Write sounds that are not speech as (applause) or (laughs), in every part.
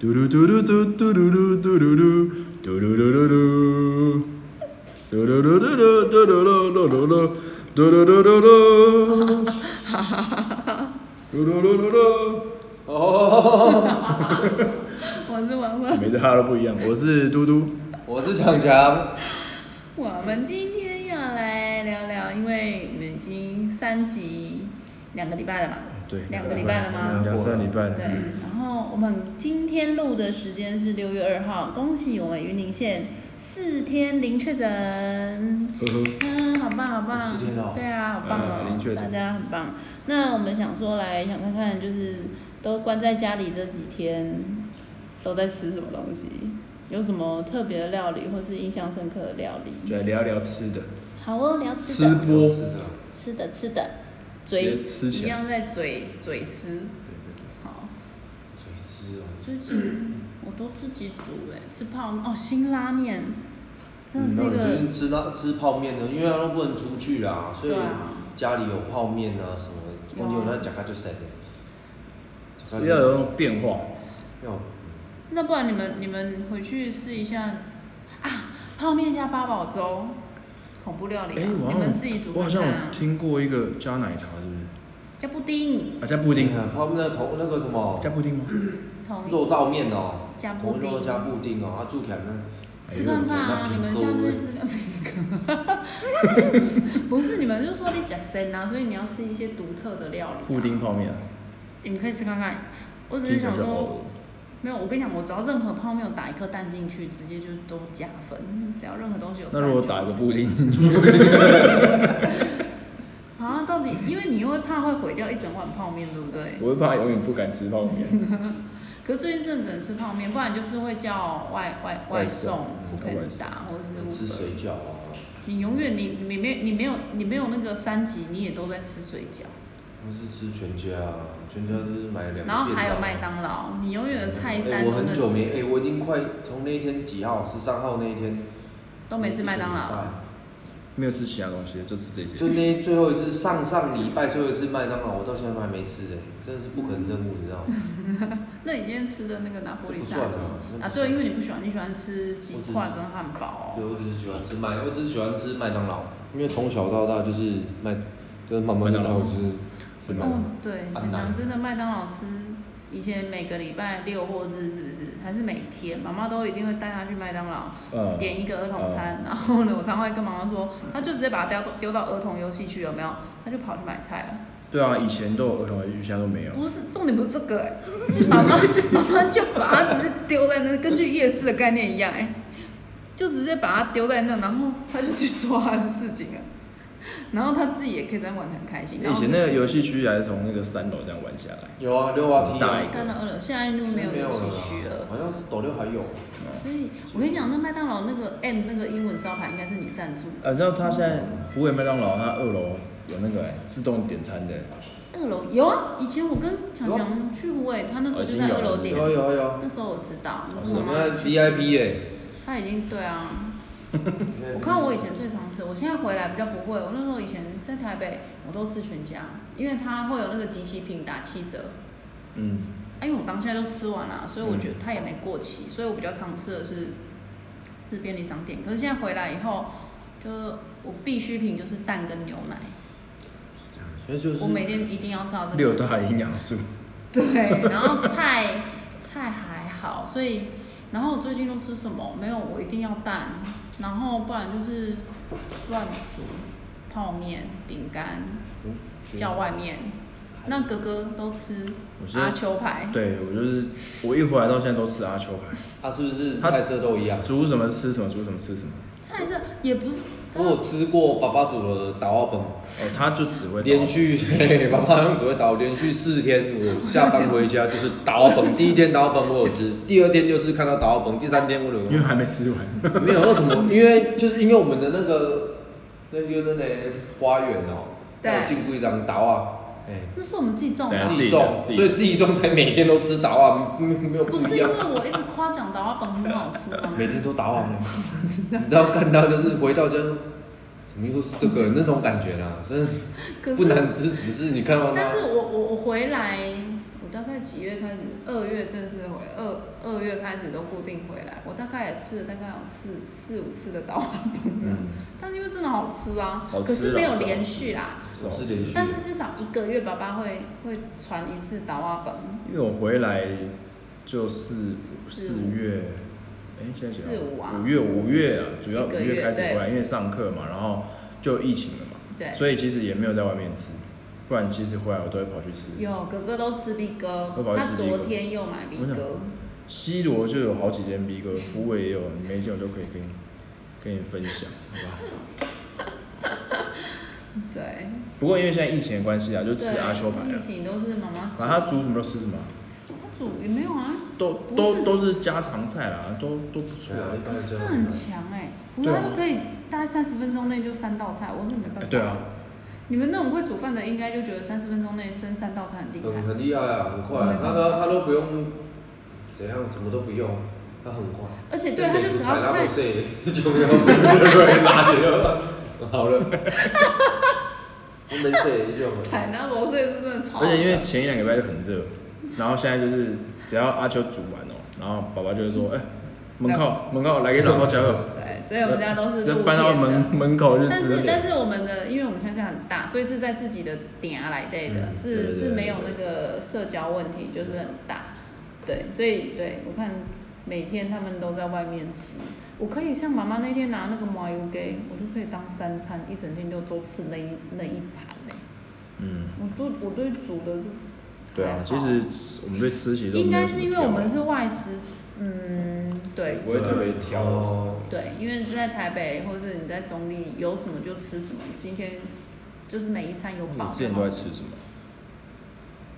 嘟噜嘟噜嘟嘟噜噜嘟噜噜嘟噜噜噜噜，嘟噜噜噜噜嘟噜噜噜噜噜，嘟噜噜噜噜，嘟噜噜噜噜。我是文文，每次哈都不一样。我是嘟嘟，我是强强，我们今天要来聊聊，因为你们已经三集两个礼拜了吧？对，两个礼拜了吗？两三礼拜了对。，然后我们今天录的时间是六月二号，恭喜我们云林县四天零确诊。呵呵，嗯，好棒，好棒！四天哦对啊，好棒嗯零确哦，诊大家很棒。那我们想说来想看看，就是都关在家里这几天，都在吃什么东西？有什么特别的料理，或是印象深刻的料理？就来聊聊吃的，好哦，聊吃吃的，播。是的，吃的，吃的，直嘴接吃起来一样在嘴嘴吃。好，嘴吃哦，最 (clears throat) 近我都自己煮哎、吃泡面哦，辛拉面，真的嗯是那一我最个近吃到吃泡面呢，因为他都不能出去啦，所以对啊家里有泡面啊什么，我有那夹克就塞的，吃要有那种变化，要那不然你们你们回去试一下啊，泡面加八宝粥，恐怖料理、哎啊，我好你像们自己煮我好看像看有啊，听过一个加奶茶，是不是？加布丁，啊，加布丁，啊泡那个头那个什么加布丁吗？同意肉燥面哦，加布红丁肉加布丁哦，啊住起来呢，吃看看啊，你们下次吃看看。 (laughs) 不是，你们就说你假生啊，所以你要吃一些独特的料理、布丁，泡面啊，你们可以吃看看。我只听是起来想就说，哦，没有，我跟你讲，我只要任何泡面有打一颗蛋进去，直接就都加分。只要任何东西有那蛋就，如果打一个布丁，啊，到底因为你又会怕会毁掉一整碗泡面，对不对？ (laughs) 我会怕永远不敢吃泡面。可是最近正整吃泡面，不然就是会叫外外外送送、不可以外送打，或者吃是 u 水饺啊，你永远你你没你没有你没有那个三级，你也都在吃水饺，或是吃全家啊，全家就是买两个便然后还有当麦当劳，你永远的菜哎、单都我那很久几没哎、我已经快从那一天几号，十三号那一天都没吃麦当劳。，没有吃其他东西，就吃这些。就那最后一次上上礼拜最后一次麦当劳，我到现在都还没吃哎、真的是不可能任务，你知道吗？那你今天吃的那个拿破里炸这鸡不算啊那啊？不算对，因为你不喜欢，你喜欢吃鸡块跟汉堡对，我只是喜欢吃麦，我只是喜欢吃麦当劳，因为从小到大就是麦，就是慢慢麦的当劳到就是吃麦当哦劳。。对，啊很常难真的麦当劳吃。以前每个礼拜六或日是不是？还是每天，妈妈都一定会带他去麦当劳。嗯，点一个儿童餐，然后呢，我常会跟妈妈说，她就直接把它丢到丢到儿童游戏区，有没有？她就跑去买菜了。对啊，以前都有儿童游戏区，现在都没有。不是，重点不是这个、欸，是妈妈妈妈就把它直接丢在那，根据夜市的概念一样、欸，哎，就直接把它丢在那，然后她就去做她的事情了，然后她自己也可以在玩得很开心。然以后前那个游戏区还是从那个三楼这样玩下来。有啊，溜滑梯大啊一，三楼二楼，现在就没有游了戏啦区了。哦好像是斗六还有，所以我跟你讲，那麦当劳那个 M 那个英文招牌应该是你赞助的。啊，你知道他现在湖北麦当劳，它二楼有那个、欸、自动点餐的，二楼有啊，以前我跟强强去湖北，他那时候就在二哦楼点有，啊有啊有啊，那时候我知道，我我妈们 VIP 哎、他已经对啊。欸嗯我看我以前最常吃，我现在回来比较不会。我那时候以前在台北，我都吃全家，因为它会有那个集齐品打七折。嗯，哎，因为我当下就吃完了，所以我觉得嗯它也没过期，所以我比较常吃的是是便利商店。可是现在回来以后，就我必需品就是蛋跟牛奶，那就是我每天一定要吃到这个。六大营养素，对，然后菜菜还好，所以然后我最近都吃什么？没有，我一定要蛋，然后不然就是乱煮泡面、饼干，嗯叫外面。那哥哥都吃我是阿秋牌，对我就是我一回来到现在都吃阿秋牌，啊，是不是菜色都一样？煮什么吃什么，煮什么吃什么。菜色也不是，我有吃过爸爸煮的打花本，哦，他就只会连续嘿爸爸用只会打，连续四天我下班回家就是打花本。第一天打花本我有吃，第二天就是看到打花本，第三天我因为有还没吃完。没有那什么，因为就是因为我们的那个那个那个花园哦、对要进过一张打啊，哎、那是我们自己种对啊的，自自己己种种，自己所以自己种才每天都吃打啊，没没有不不是一因样为。我一直夸奖达瓦本很好吃吗？每天都打网了，你知道看到就是回到家，怎么又是这个那种感觉啦，真的可是不难吃，只是你看到但它是我我我回来，我到大概几月开始？二月正式回，二二月开始都固定回来。我大概也吃了大概有四四五次的刀疤崩了，嗯，但是因为真的好吃啊，好吃可啊是没有是啊连续啦。我哦是连续但是至少一个月，爸爸会会传一次刀疤崩，因为我回来就四四四五月，哎、现在几号四五啊五月五月啊，主要一五个月月开始对回来，因为上课嘛，然后就疫情了嘛，对。所以其实也没有在外面吃，不然其实回来我都会跑去吃。有哥哥都吃 B 哥我，跑去他吃 B 昨哥天又买 B 我想哥，西罗就有好几间 B 哥，虎尾也有，你没见我都可以跟你跟你分享，好吧？ (laughs) 对，不过因为现在疫情的关系啊，就吃对阿秋牌了疫，情都是妈妈反正他煮什么都吃什么啊，煮，他煮也没有啊，都不都是都是家常菜啦，都都不错对啊，啊。一可般是这这样很强哎、不对过他啊都可以大概三十分钟内就三道菜，我那没办法。哎对啊，你们那种会煮饭的，应该就觉得三十分钟内生三道菜很厉嗯很害。很厉害啊，很快、嗯啊，他都他都不用怎样，怎么都不用，他很快。而且对他就只要踩到看谁 (laughs) 就没有被拉起来，(laughs) 好了，我没谁就采纳模式是真的超好而笑。且因为前一两个礼拜就很热，然后现在就是只要阿秋煮完哦，然后爸爸就会说，嗯哎、门口门口来给老婆加 (laughs) 油，对，所以我们家都是直露接天搬到的。门门口就但吃是了。但是我们的，因为我们乡下很大，所以是在自己的点啊来对的，嗯对是对是对没有那个社交问题，就是很大。对，所以对我看每天他们都在外面吃，我可以像妈妈那天拿那个麻油给，我就可以当三餐，一整天就都吃那一那一盘呢、嗯，我对我对煮的就对啊还好，其实我们对吃其实都应没有该什是么因为我们挑是外食，嗯，对，不会特别挑的时候哦对，因为在台北或是你在中立有什么就吃什么，今天就是每一餐有你饱之就前好都在。吃什么？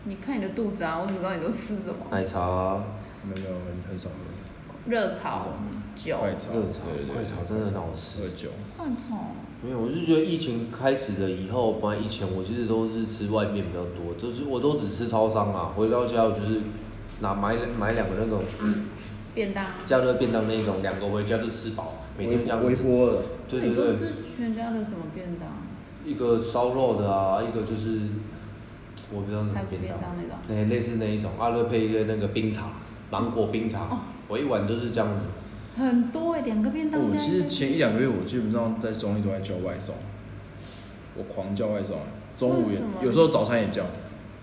你看你的肚子啊，我怎么知道你都吃什么？奶茶啊、没有，很很少喝，热炒酒，快炒热炒对、对快炒真的很好吃。喝酒。快炒，没有，我是觉得疫情开始了以后，本来以前我其实都是吃外面比较多，就是我都只吃超商啊，回到家我就是拿买买两个那种便当。加热便当那种，两个回家就吃饱，每天这样微子。波的，对那对你都对，吃全家的什么便当？一个烧肉的啊，一个就是我不知道嗯什么排骨便便当，当那种。对，类似那一种，阿乐配一个那个冰茶，芒果冰茶，哦我一碗都是这样子。很多哎、两个便当我加哦其一实个。前一两个月我基本上在中立都在叫外送，我狂叫外送，中午为什么也有时候早餐也叫，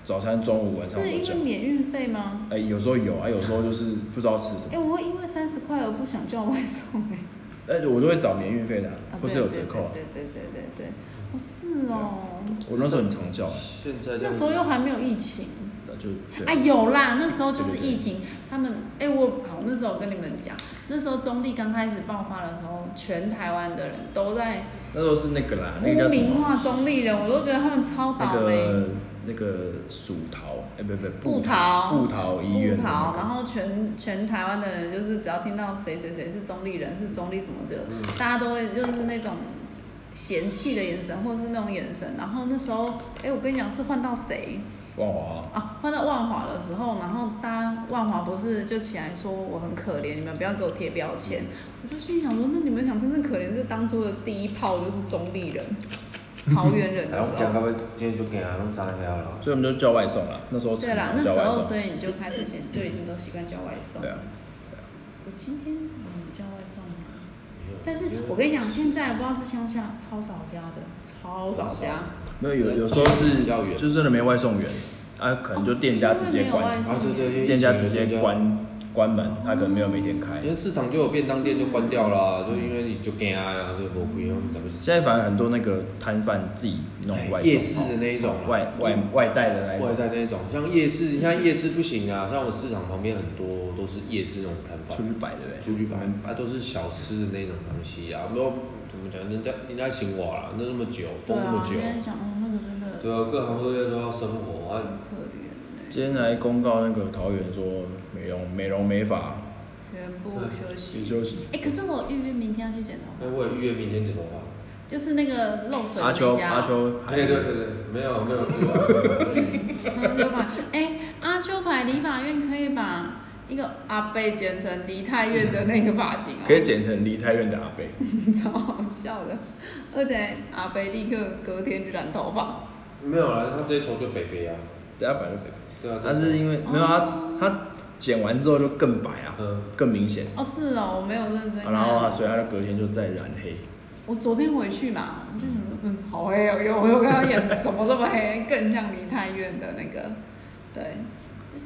早餐、中午、晚上是都因叫为。免运费吗？哎、有时候有啊，有时候就是不知道吃什么哎、，我会因为三十块而不想叫外送哎、哎、我都会找免运费的啊、啊或是有折扣啊。对对对对对对对，哦是哦，我那时候很常叫、啊，现在这那样时候又还没有疫情。那就对啊，有啦，那时候就是疫情，他们哎、我好，那时候我跟你们讲，那时候中立刚开始爆发的时候，全台湾的人都在那时候是那个啦，啊那个叫污什名么？啊化中立人，我都觉得他们超那倒霉个。那个蜀桃，哎、不不布桃布桃医不院的逃，然那后全全台湾的人就是只要听到谁谁谁是中立人，是中立什么就，嗯大家都会就是那种嫌弃的眼神，或是那种眼神。然后那时候，哎、我跟你讲是换到谁，个万华啊，啊，换到万华的时候，然后大家万华不是就起来说我很可怜，你们不要给我贴标签。我就心想说，那你们想真正可怜，这当初的第一炮就是中立 (laughs) 人、桃园人的然后时讲候。到哎今天就给他弄脏了啦。所以我们就叫外送啦。那时候对常啦，常那叫时外候送所，以你就开始先就已经都习惯叫外送。对啊，我今天嗯叫外送吗，但是我跟你讲，现在不知道是乡下超少家的，超少家，没有有有时候是比较远就是真的没外送员，啊，可能就店家直接哦是因为没有外关，送啊对对，因为疫情店家直接，关关门，他可能没有每天开。因为市场就有便当店就关掉啦，就因为你就惊啊，就不不用怎么。现在反而很多那个摊贩自己弄外送哎夜市的那一种啊外外外带的那一外种，带那种，像夜市，你看夜市不行啊，像我市场旁边很多都是夜市那种摊贩出。去摆对不对？出去吧，啊，都是小吃的那种东西啊，没有怎么讲，人家人家请我啦，那那么久，对封那啊么，久现，在想哦，那个真的对啊，各行各业都要生活啊，可怜欸，今天来公告那个桃园说美容美容美发全部休息也。休息，哎、可是我预约明天要去剪头那我也预约明天剪头发。发，就是那个漏水的阿那秋家。阿秋还对对对对，没有没有没有，阿秋牌，哎、阿秋牌理发院可以把一个阿贝剪成梨泰院的那个发型哦、可以剪成梨泰院的阿贝， (laughs) 超好笑的。而且阿贝立刻隔天就染头发，没有啦，他直接从就北北啊，等下摆就可以。对啊，它是因为没有它它剪完之后就更白啊，嗯更明显，哦，是哦，我没有认真啊看。然后它所以它就隔天就再染黑。哦我昨天回去嘛，我就想说，嗯，好黑哦，因为我又看到眼怎么这么黑，更像梨泰院的那个，对，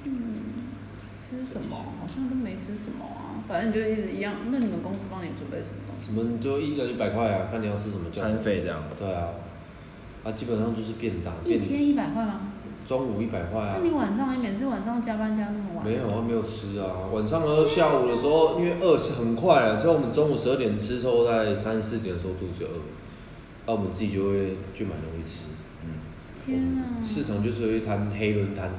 嗯，吃什么好像都没吃什么啊，反正就一直一样。那你们公司帮你准备什么东西？我们就一人一百块啊，看你要吃什么酱餐。费这样，对啊，啊，基本上就是便当，一便天一百块吗？中午一百块啊那。你晚上你每次晚上加班加那么晚？没有啊，没有吃啊。晚上呢，下午的时候，因为饿是很快了，所以我们中午十二点吃之后，在三四点的时候肚子就饿了，那我们自己就会去买东西吃。嗯天啊！市场就是有一摊黑轮摊，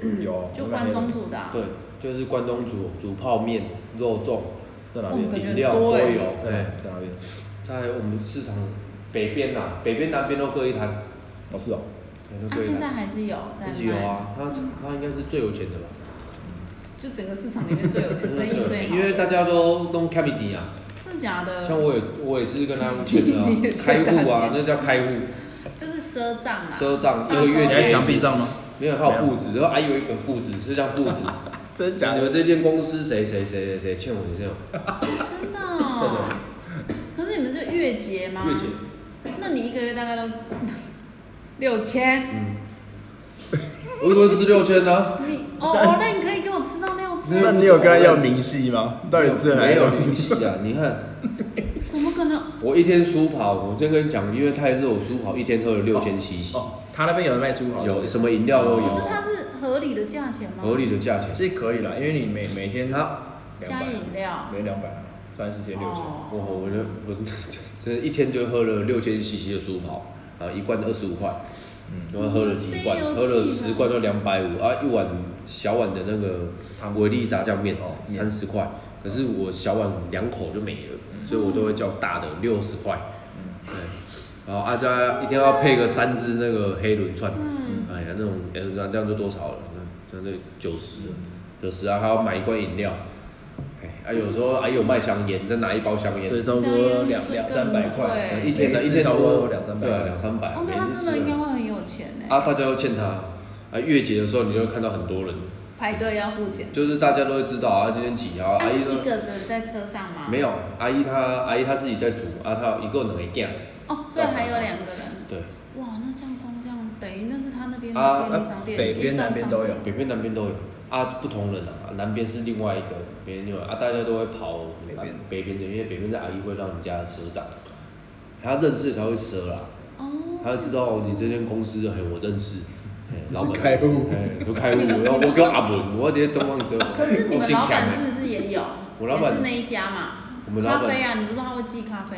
嗯，有就关东煮的、啊。对，就是关东煮、煮泡面、肉粽、在哪我边感？觉饮料很都多欸有。在对，在哪边？在我们市场北边呐、啊，北边南边都各一摊，哦，是哦，对都啊，各一现在摊。还是有在一卖。直有啊，他他应该是最有钱的吧？就整个市场里面最有生意最好。 (laughs) 因为大家都弄开米吉啊，真的假的？像我也我也是跟他们签的、啊你也，开欠他户啊钱，那叫开户，就是赊账啊。赊账大这个你月赊在结墙壁上吗？没有还有布置，然后还有一本布置是叫布置，真你们这间公司谁谁谁谁谁欠我这样，真的、哦？可是你们是月结吗？月结，那你一个月大概都六千？嗯，我怎么吃六千呢？你哦哦，那你可以给我吃到六那千？你有跟他要明细吗？到底吃了哪没一有种？明细啊？你看怎么可能？我一天书跑，我先跟你讲，因为太热，我书跑一天喝了六千七七，哦，他那边有卖书好，有什么饮料都可是有，它是合理的价钱吗？合理的价钱。是可以啦，因为你每每天他加饮料。哦没两百，啊三十天六千，我哦我就我这一天就喝了六千 CC 的舒跑，啊，一罐二十五块，嗯然后喝了几罐非油，喝了剂十吗罐就两百五啊，一碗小碗的那个维力炸酱面哦面三十块，可是我小碗两口就没了，嗯所以我都会叫大的六十块，对，然后阿加一定要配个三只那个黑轮串，嗯哎呀那种哎那这样就多少了？那那九十，九十啊，还要买一罐饮料，哎啊有时候还有卖香烟，再拿一包香烟哎所以，差不多两两三百块，对一天的每次一天差差不不多多两三百对啊，两三百哦，，每那他次真吃的应该啊会很有钱呢。啊，大家都欠他啊。月结的时候，你就会看到很多人，排队要付钱。就是大家都会知道啊，今天几号，他阿是姨一说个人在车上吗？没有，阿姨她阿姨她自己在煮啊，她一共两个酱，哦，所以还有两个人。对，哇，那这样光这样等于那是他那边啊的便利商店，北机边动南边商都店有北边南边都有啊，不同人啊，南边是另外一个，北边另外啊，大家都会跑北南边北边的，因为北边在阿姨会让人家赊账，他认识才会赊啦，哦，他就知道你这间公司很我认识， (laughs) 嘿老板开悟哎，都开悟，然后我叫阿文，我直接中望者，可是你我们姓老强板的是不是也有？我老板也是那一家嘛。我们咖老啡板啊，你不是他会寄咖啡？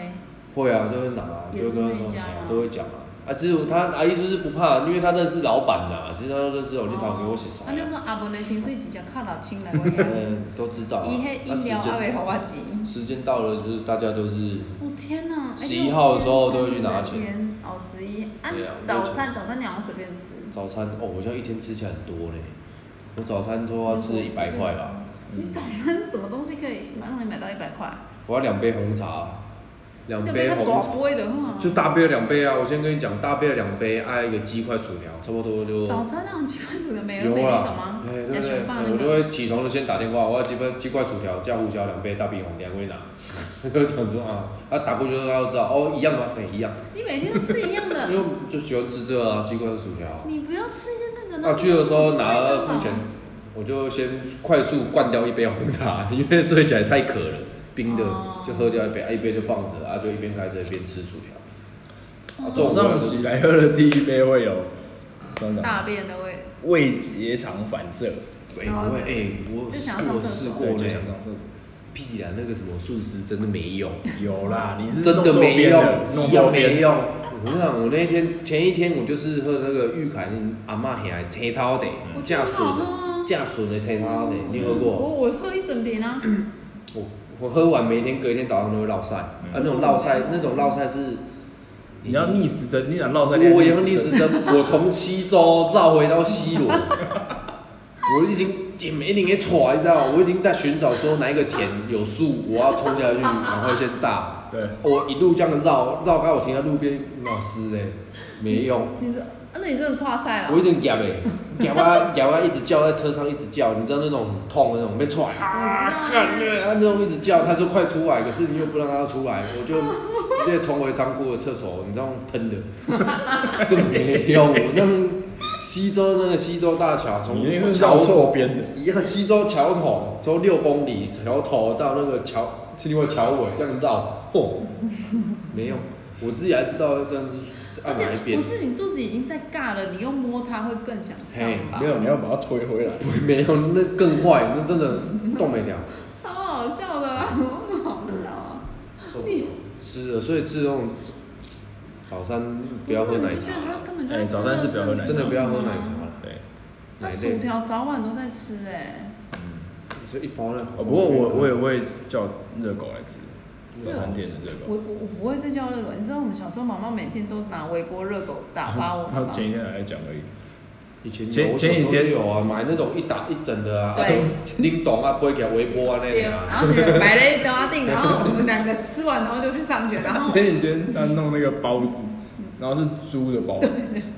会啊，就会拿啊，也就是会跟那他一说家哎吗都会讲啊，啊，其实他阿姨就是不怕，因为他认识老板呐，其实他都认识哦我，你哦讨给我写啥他？就说啊，无呢，薪水直接靠老亲来 (laughs) 我遐，嗯，都知道啊，伊迄那饮时料还间袂互我钱。时间到了，就是大家都是我天哪！哎11号的时候都会去拿。六钱千哦，十一啊对啊，早餐早餐你好像随便吃。早餐哦，我现在一天吃起来很多嘞，我早餐都要吃一百块嗯吧，你早餐什么东西可以让你买到一百块？我要两杯红茶，两要杯被他红大茶。杯的哈。就大杯的两杯啊！我先跟你讲，大杯的两杯，爱一个鸡块薯条，差不多就早餐那种奇怪组的没有有没那种啦吗，？哎，对加不对熊？霸哎那我就个。会起床就先打电话，我要鸡块鸡块薯条加胡椒两杯，大饼红两龟拿。 (laughs) 就讲说啊，啊打过去大家都知道哦，一样吗？哎，一样，你每天都吃一样 (laughs) 因为的，我就喜欢吃这个啊，鸡块薯条啊。你不要吃一些那个。那啊去的时候拿了付钱钱。，我就先快速灌掉一杯红茶，因为睡起来太渴了，冰的哦就喝掉一杯，啊一杯就放着，啊就一边开车一边吃薯条。啊，哦早上起来喝的第一杯会有，真 (laughs) 的大便的味。胃结肠反射，哎，我哎我就想要上我厕所试过对，就呢，想上厕所。屁啊，那个什么素食真的没用。有啦，你是真弄的错没边用了，弄，一样错没边。用。我跟你讲，我那天前一天我就是喝那个玉凯阿嬷下的青草的我，觉得很正顺好喝啊正顺的青草的，你有喝过？我我喝一整瓶啊，我我喝完每天隔一天早上都会落晒，啊那种落晒那种落晒是，你要逆时针，你想绕在我也用逆时针，我从西周绕回到西罗， (laughs) 我已经紧没零给喘，你知道吗？我已经在寻找说哪一个田有树，我要冲下去，赶快先大。对，我一路这样绕绕到我停在路边，老师嘞，没用，你这，啊那你真的差赛了我。有点夹诶，咬啊咬啊，一直叫在车上一直叫，你知道那种很痛的那种被踹啊，干对啊那种一直叫，他说快出来，可是你又不让他出来，我就直接冲回仓库的厕所，你知道用喷的，根本没用。我那个西周那个西周大桥从你那是桥绕错边的，一个西周桥头，从六公里桥头到那个桥，另外桥尾这样绕，嚯、没用。我自己还知道这样是而按哪一且边 (laughs) 不，是你肚子已经在尬了，你又摸它会更想上嘿吧没？有，你要把它推回来。不没有那更坏，那真的动没了，超好笑的啦，很好笑啊！受不了。吃了，所以吃那种早餐不要喝奶不是茶你不觉得他根本就在哎吃早餐是不要喝奶垃圾茶真的不要喝奶茶吗。了，对，那奶薯类条早晚都在吃哎，就一包那。哦，不过我我也会叫热狗来吃，对早啊餐店的热我狗。我我不会再叫热狗，你知道我们小时候妈妈每天都拿微波热狗打发我他们吗？前一天还在讲而已。 (laughs) 以前前有前几我小时候天有啊，买那种一打一整的啊对，叮咚啊，不会给微波啊那对，种啊。然后学买了一大定，然后我们两个吃完，然后就去上学，然后前几天他弄那个包子，然后是猪的包子，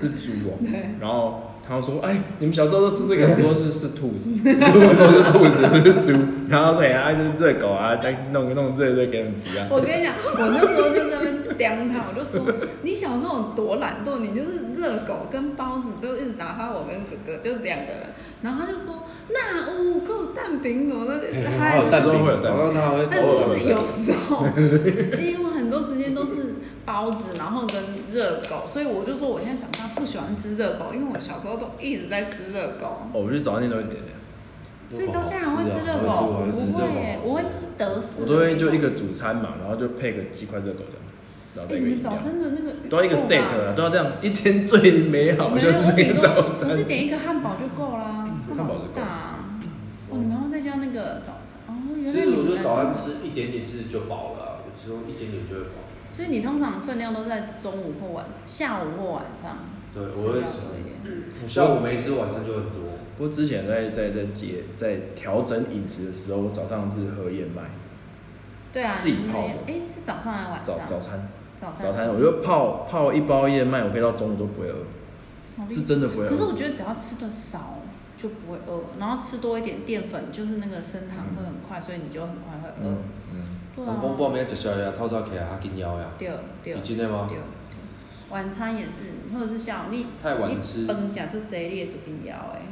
是猪哦、对然后他说：“哎，你们小时候都吃这个？”我说：“是是兔子。”我说：“是兔子，不是猪。”然后说：“哎呀，就是热狗啊，再弄弄热热给你们吃啊。我跟你讲，我那时候就在那边刁他，我就说你小时候有多懒惰，你就是热狗跟包子就一直打发我跟哥哥，就两个人。然后他就说那五个蛋饼怎么的， (laughs) 哎他还有蛋有时饼候会有蛋饼啊，早上他还会但偶是尔蛋是饼有时候，几乎很多时间都是包子，然后跟热狗，所以我就说我现在长大不喜欢吃热狗，因为我小时候都一直在吃热狗，哦，我去早餐店都会点的，啊所以到现在哦还会吃热我狗，好我吃不啊会耶，我我会会吃热吃狗德式我的那种。都会就一个主餐嘛，然后就配个几块热狗这样，然后再哎，一你个饮们早料，餐的那个啊 (laughs) 都要一个够吧 set 啊，都要这样，一天最美好没就有，是那我顶个多早我餐嗯是。点一个汉堡就够啦，汉堡就够嗯大。哦，你们要再加那个早餐哦，原其来实你我们觉得来早餐吃一点点其实就饱了啊，有时候一点点就会饱。所以你通常分量都在中午或晚、下午或晚上。对，吃我会比较多一吃。点。我下午没吃，晚上就很多。不过之前在在在节在调整饮食的时候，我早上是喝燕麦对啊，自己你们泡也的哎，是早上还是晚早上？早餐早餐早餐，我觉得泡泡一包燕麦，我可以到中午都不会饿，好厉是真的不会哦啊可是饿我。觉得只要吃的少就不会饿，然后吃多一点淀粉，就是那个升糖会很快，所以你就很快会饿嗯。嗯，对人讲半啊，暝食宵夜，透早起来较紧枵呀。对对。你真啊的吗对？对晚餐也是，或者是下午你太晚吃你崩假是谁列主平腰哎，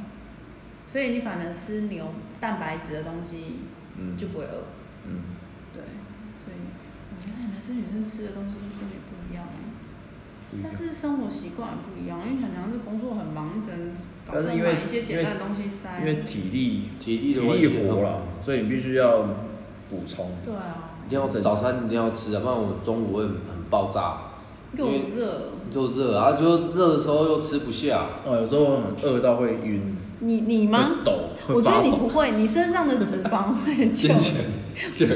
所以你反而吃牛蛋白质的东西，嗯就不会饿。嗯，对，所以你哎看男生女生吃的东西就有点不一样哎，不一样但是生活习惯也不一样，因为常常是工作很忙，只能搞但是不好因为买一些简单的东西塞。因为体力体体力的问题啊力活了，所以你必须要补充。对啊，一定要早餐一定要吃啊，不然我中午会很很爆炸，又热，就热啊，就热的时候又吃不下。哦，有时候很饿到会晕，你你会吗？抖，我会觉发得你抖。不会，你身上的脂肪 (laughs) 会就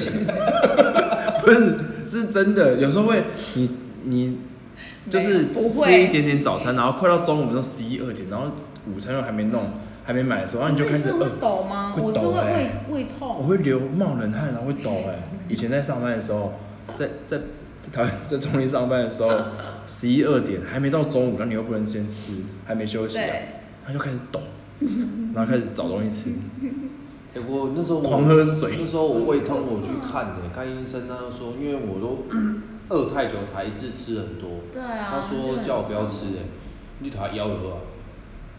不是，是真的，有时候会你你就没是有不吃会一点点早餐，然后快到中午都十一二点，然后午餐又还没弄，还没买的时候，然后你就开始是会饿。抖吗？会我是抖会欸胃胃我痛，会流冒冷汗，然后会抖哎、以前在上班的时候，在在在台湾在中立上班的时候，十一二点还没到中午，然后你又不能先吃，还没休息、啊对，他就开始抖，然后开始找东西吃，哎、我那时候我狂喝水那时候我胃痛，我去看呢、看医生，他就说，因为我都饿太久才一次吃很多，对啊，他说叫我不要吃哎、你他腰了啊。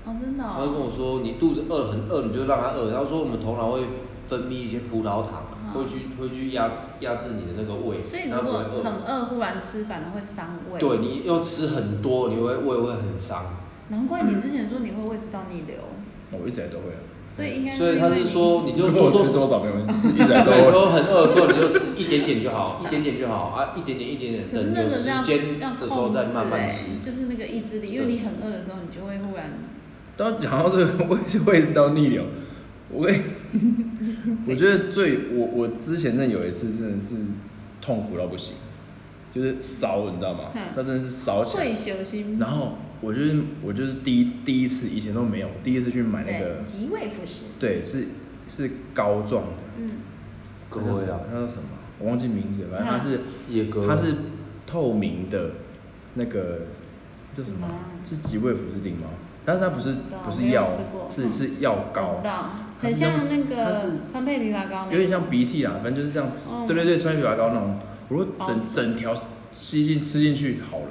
哦，真的、他就跟哦，我说，你肚子饿很饿，你就让它饿。他说我们头脑会分泌一些葡萄糖，嗯会去会去压压制你的那个胃，所以如然后不果会很饿。饿忽然吃，反而会伤胃。对，你要吃很多，你会胃会很伤。难怪你之前说你会胃食道逆流，我一直以来都会啊。所以应该是所以他是说，你就多我多吃多少没问 (laughs) 题，一直以来都对，会。说很饿的时候你就吃一点点就好，一点点就好啊，一点点一点点，可是等那有个时是要间要的时控候制、再欸，慢慢吃。就是那个意志力，因为你很饿的时候，你就会忽然当讲到这个， (laughs) 我也是胃食道逆流，我 (laughs) 跟我觉得最我我之前那有一次真的是痛苦到不行，就是烧，你知道吗嗯？那真的是烧起会来。休息。然后我就是我就是第一第一次以前都没有，第一次去买那对个，即位服食，对是是膏状的，嗯，各位啊，它叫什么？我忘记名字了，反正它是野哥，它是透明的，那个叫什什么么啊？是吉味服士定吗？但是它不是道不没是有药吃过，是是药我膏知，道，它很是那像那它个是川贝枇杷膏那有点种像鼻涕啊，反正就是这样。嗯对对对，穿枇杷膏那种，我说哦整整条吸进吃进去好了。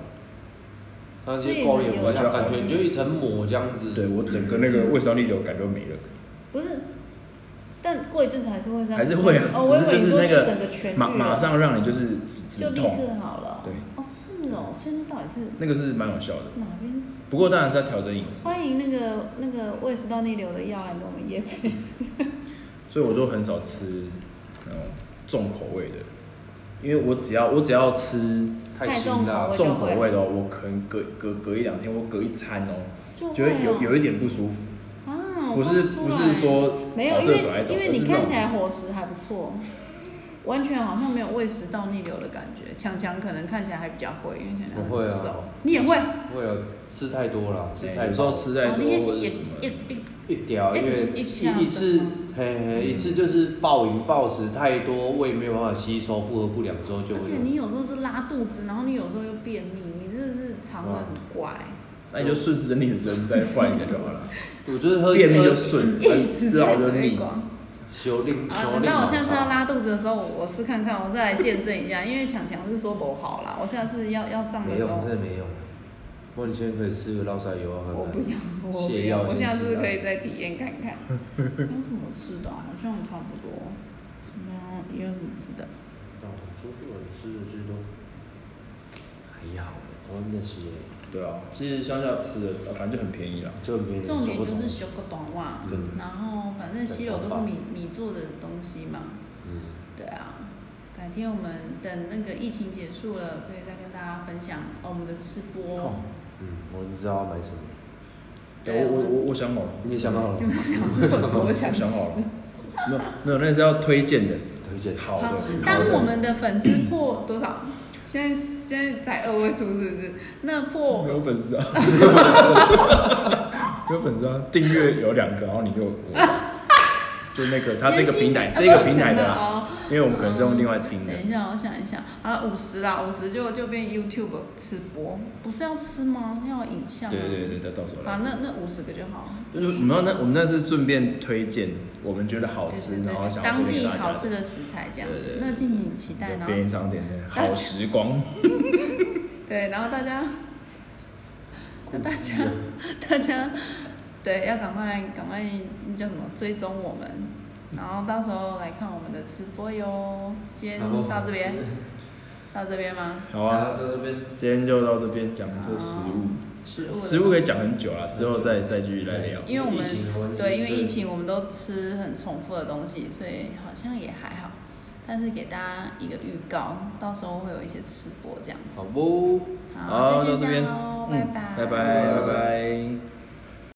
那就勾所脸以纹，你有感觉你就一层膜这样子。对我整个那个胃酸逆流感就没了。不是，但过一阵子还是会这样，还是会啊哦，我以只为你是就说是那个整个痊愈马了，马上让你就是止就止立痛，刻好了。对，哦，是哦，所以那到底是那个是蛮有效的。哪边？不过当然是要调整饮食，欢迎那个那个胃食道逆流的药来跟我们夜配。所以我就很少吃那种重口味的，因为我只要我只要吃太啊太辛重口辣味，重口味的、哦，我可能隔隔隔一两天，我隔一餐哦，就就会有哦有一点不舒服，啊，我不是看出不来是说没有，跑因厕所那为种，因为而是那你看种哎起来伙食还不错，完全好像没有胃食道逆流的感觉。强强可能看起来还比较会，因为强强我会很啊瘦，你也会，会有吃太多了，吃对太有时候多，吃太哦多你也或者也是什么也的，也一屌，哎因为一一起一一起次这样子嘿嘿一次就是暴饮暴食太多，胃没有办法吸收，负荷不良之后就而会且有。你有时候是拉肚子，然后你有时候又便秘，你真的是肠胃很怪，那你就顺时针逆时针再换一个就好了。我就是喝便秘就喝顺，一直在老就推 (laughs) 腻。广。修令啊，修等令到我好下次要茶。拉肚子的时候，我我试看看，我再来见证一下，因为强强是说不好啦，我下次要要上的没时用，候真，的没用。不过你现在可以吃个捞晒油啊，我不看看。要，我不泻要，药我先下次吃啊可以再体验看看。还有什么吃的啊？好像差不多。没有，有什么吃的？哦出去玩吃的最多，还好，台湾那些对啊，其实乡下吃的啊反正就很便宜啦。就很便宜，重点哎手不就同是修个短袜对，然后反正西柚都是你你做的东西嘛。嗯，对啊，改天我们等那个疫情结束了，可以再跟大家分享、哦、我们的吃播。哦， (laughs) 嗯，我知道要买什么，我对，啊我我我我想好了，你想到了 (laughs) 有没有想过？我我想想好了吃。，没有没有，那是要推荐的，推荐。好的 (laughs) 好，好当的我们的粉丝破多少？现在现在在二位数是不是？那破没有粉 (laughs) 丝啊，没有粉丝啊，订阅有两个，然后你 (laughs) 就我就那个他这个平台原这先个平台的啊啦，不是因为我们可能是用另外听的整个哦等，一下，我想一下，好了，五十啦，五十就就变 YouTube 吃播，不是要吃吗？要影像吗？对对对对，到时候啊来，，好那那五十个就好。就是我们那我们那是顺便推荐我们觉得好对吃，对对然后想要当推荐给地大家好的吃的食材这样对子对，对那敬请期待。然后便利商店的好时光，对，然后大家，那大家，大家，对，要赶快赶快那叫什么追踪我们，然后到时候来看我们的吃播哟。今天然后到这边，到这边吗？好啊，在那边今天就到这边讲这食物，啊食物，食物可以。讲很久啦，之后再再继续来聊。因为我疫情的关们系对，因为所以疫情我们都吃很重复的东西，所以好像也还好。但是给大家一个预告，到时候会有一些吃播这样子。好不？好，到就这先这边，样喽，拜嗯拜拜，拜，拜拜。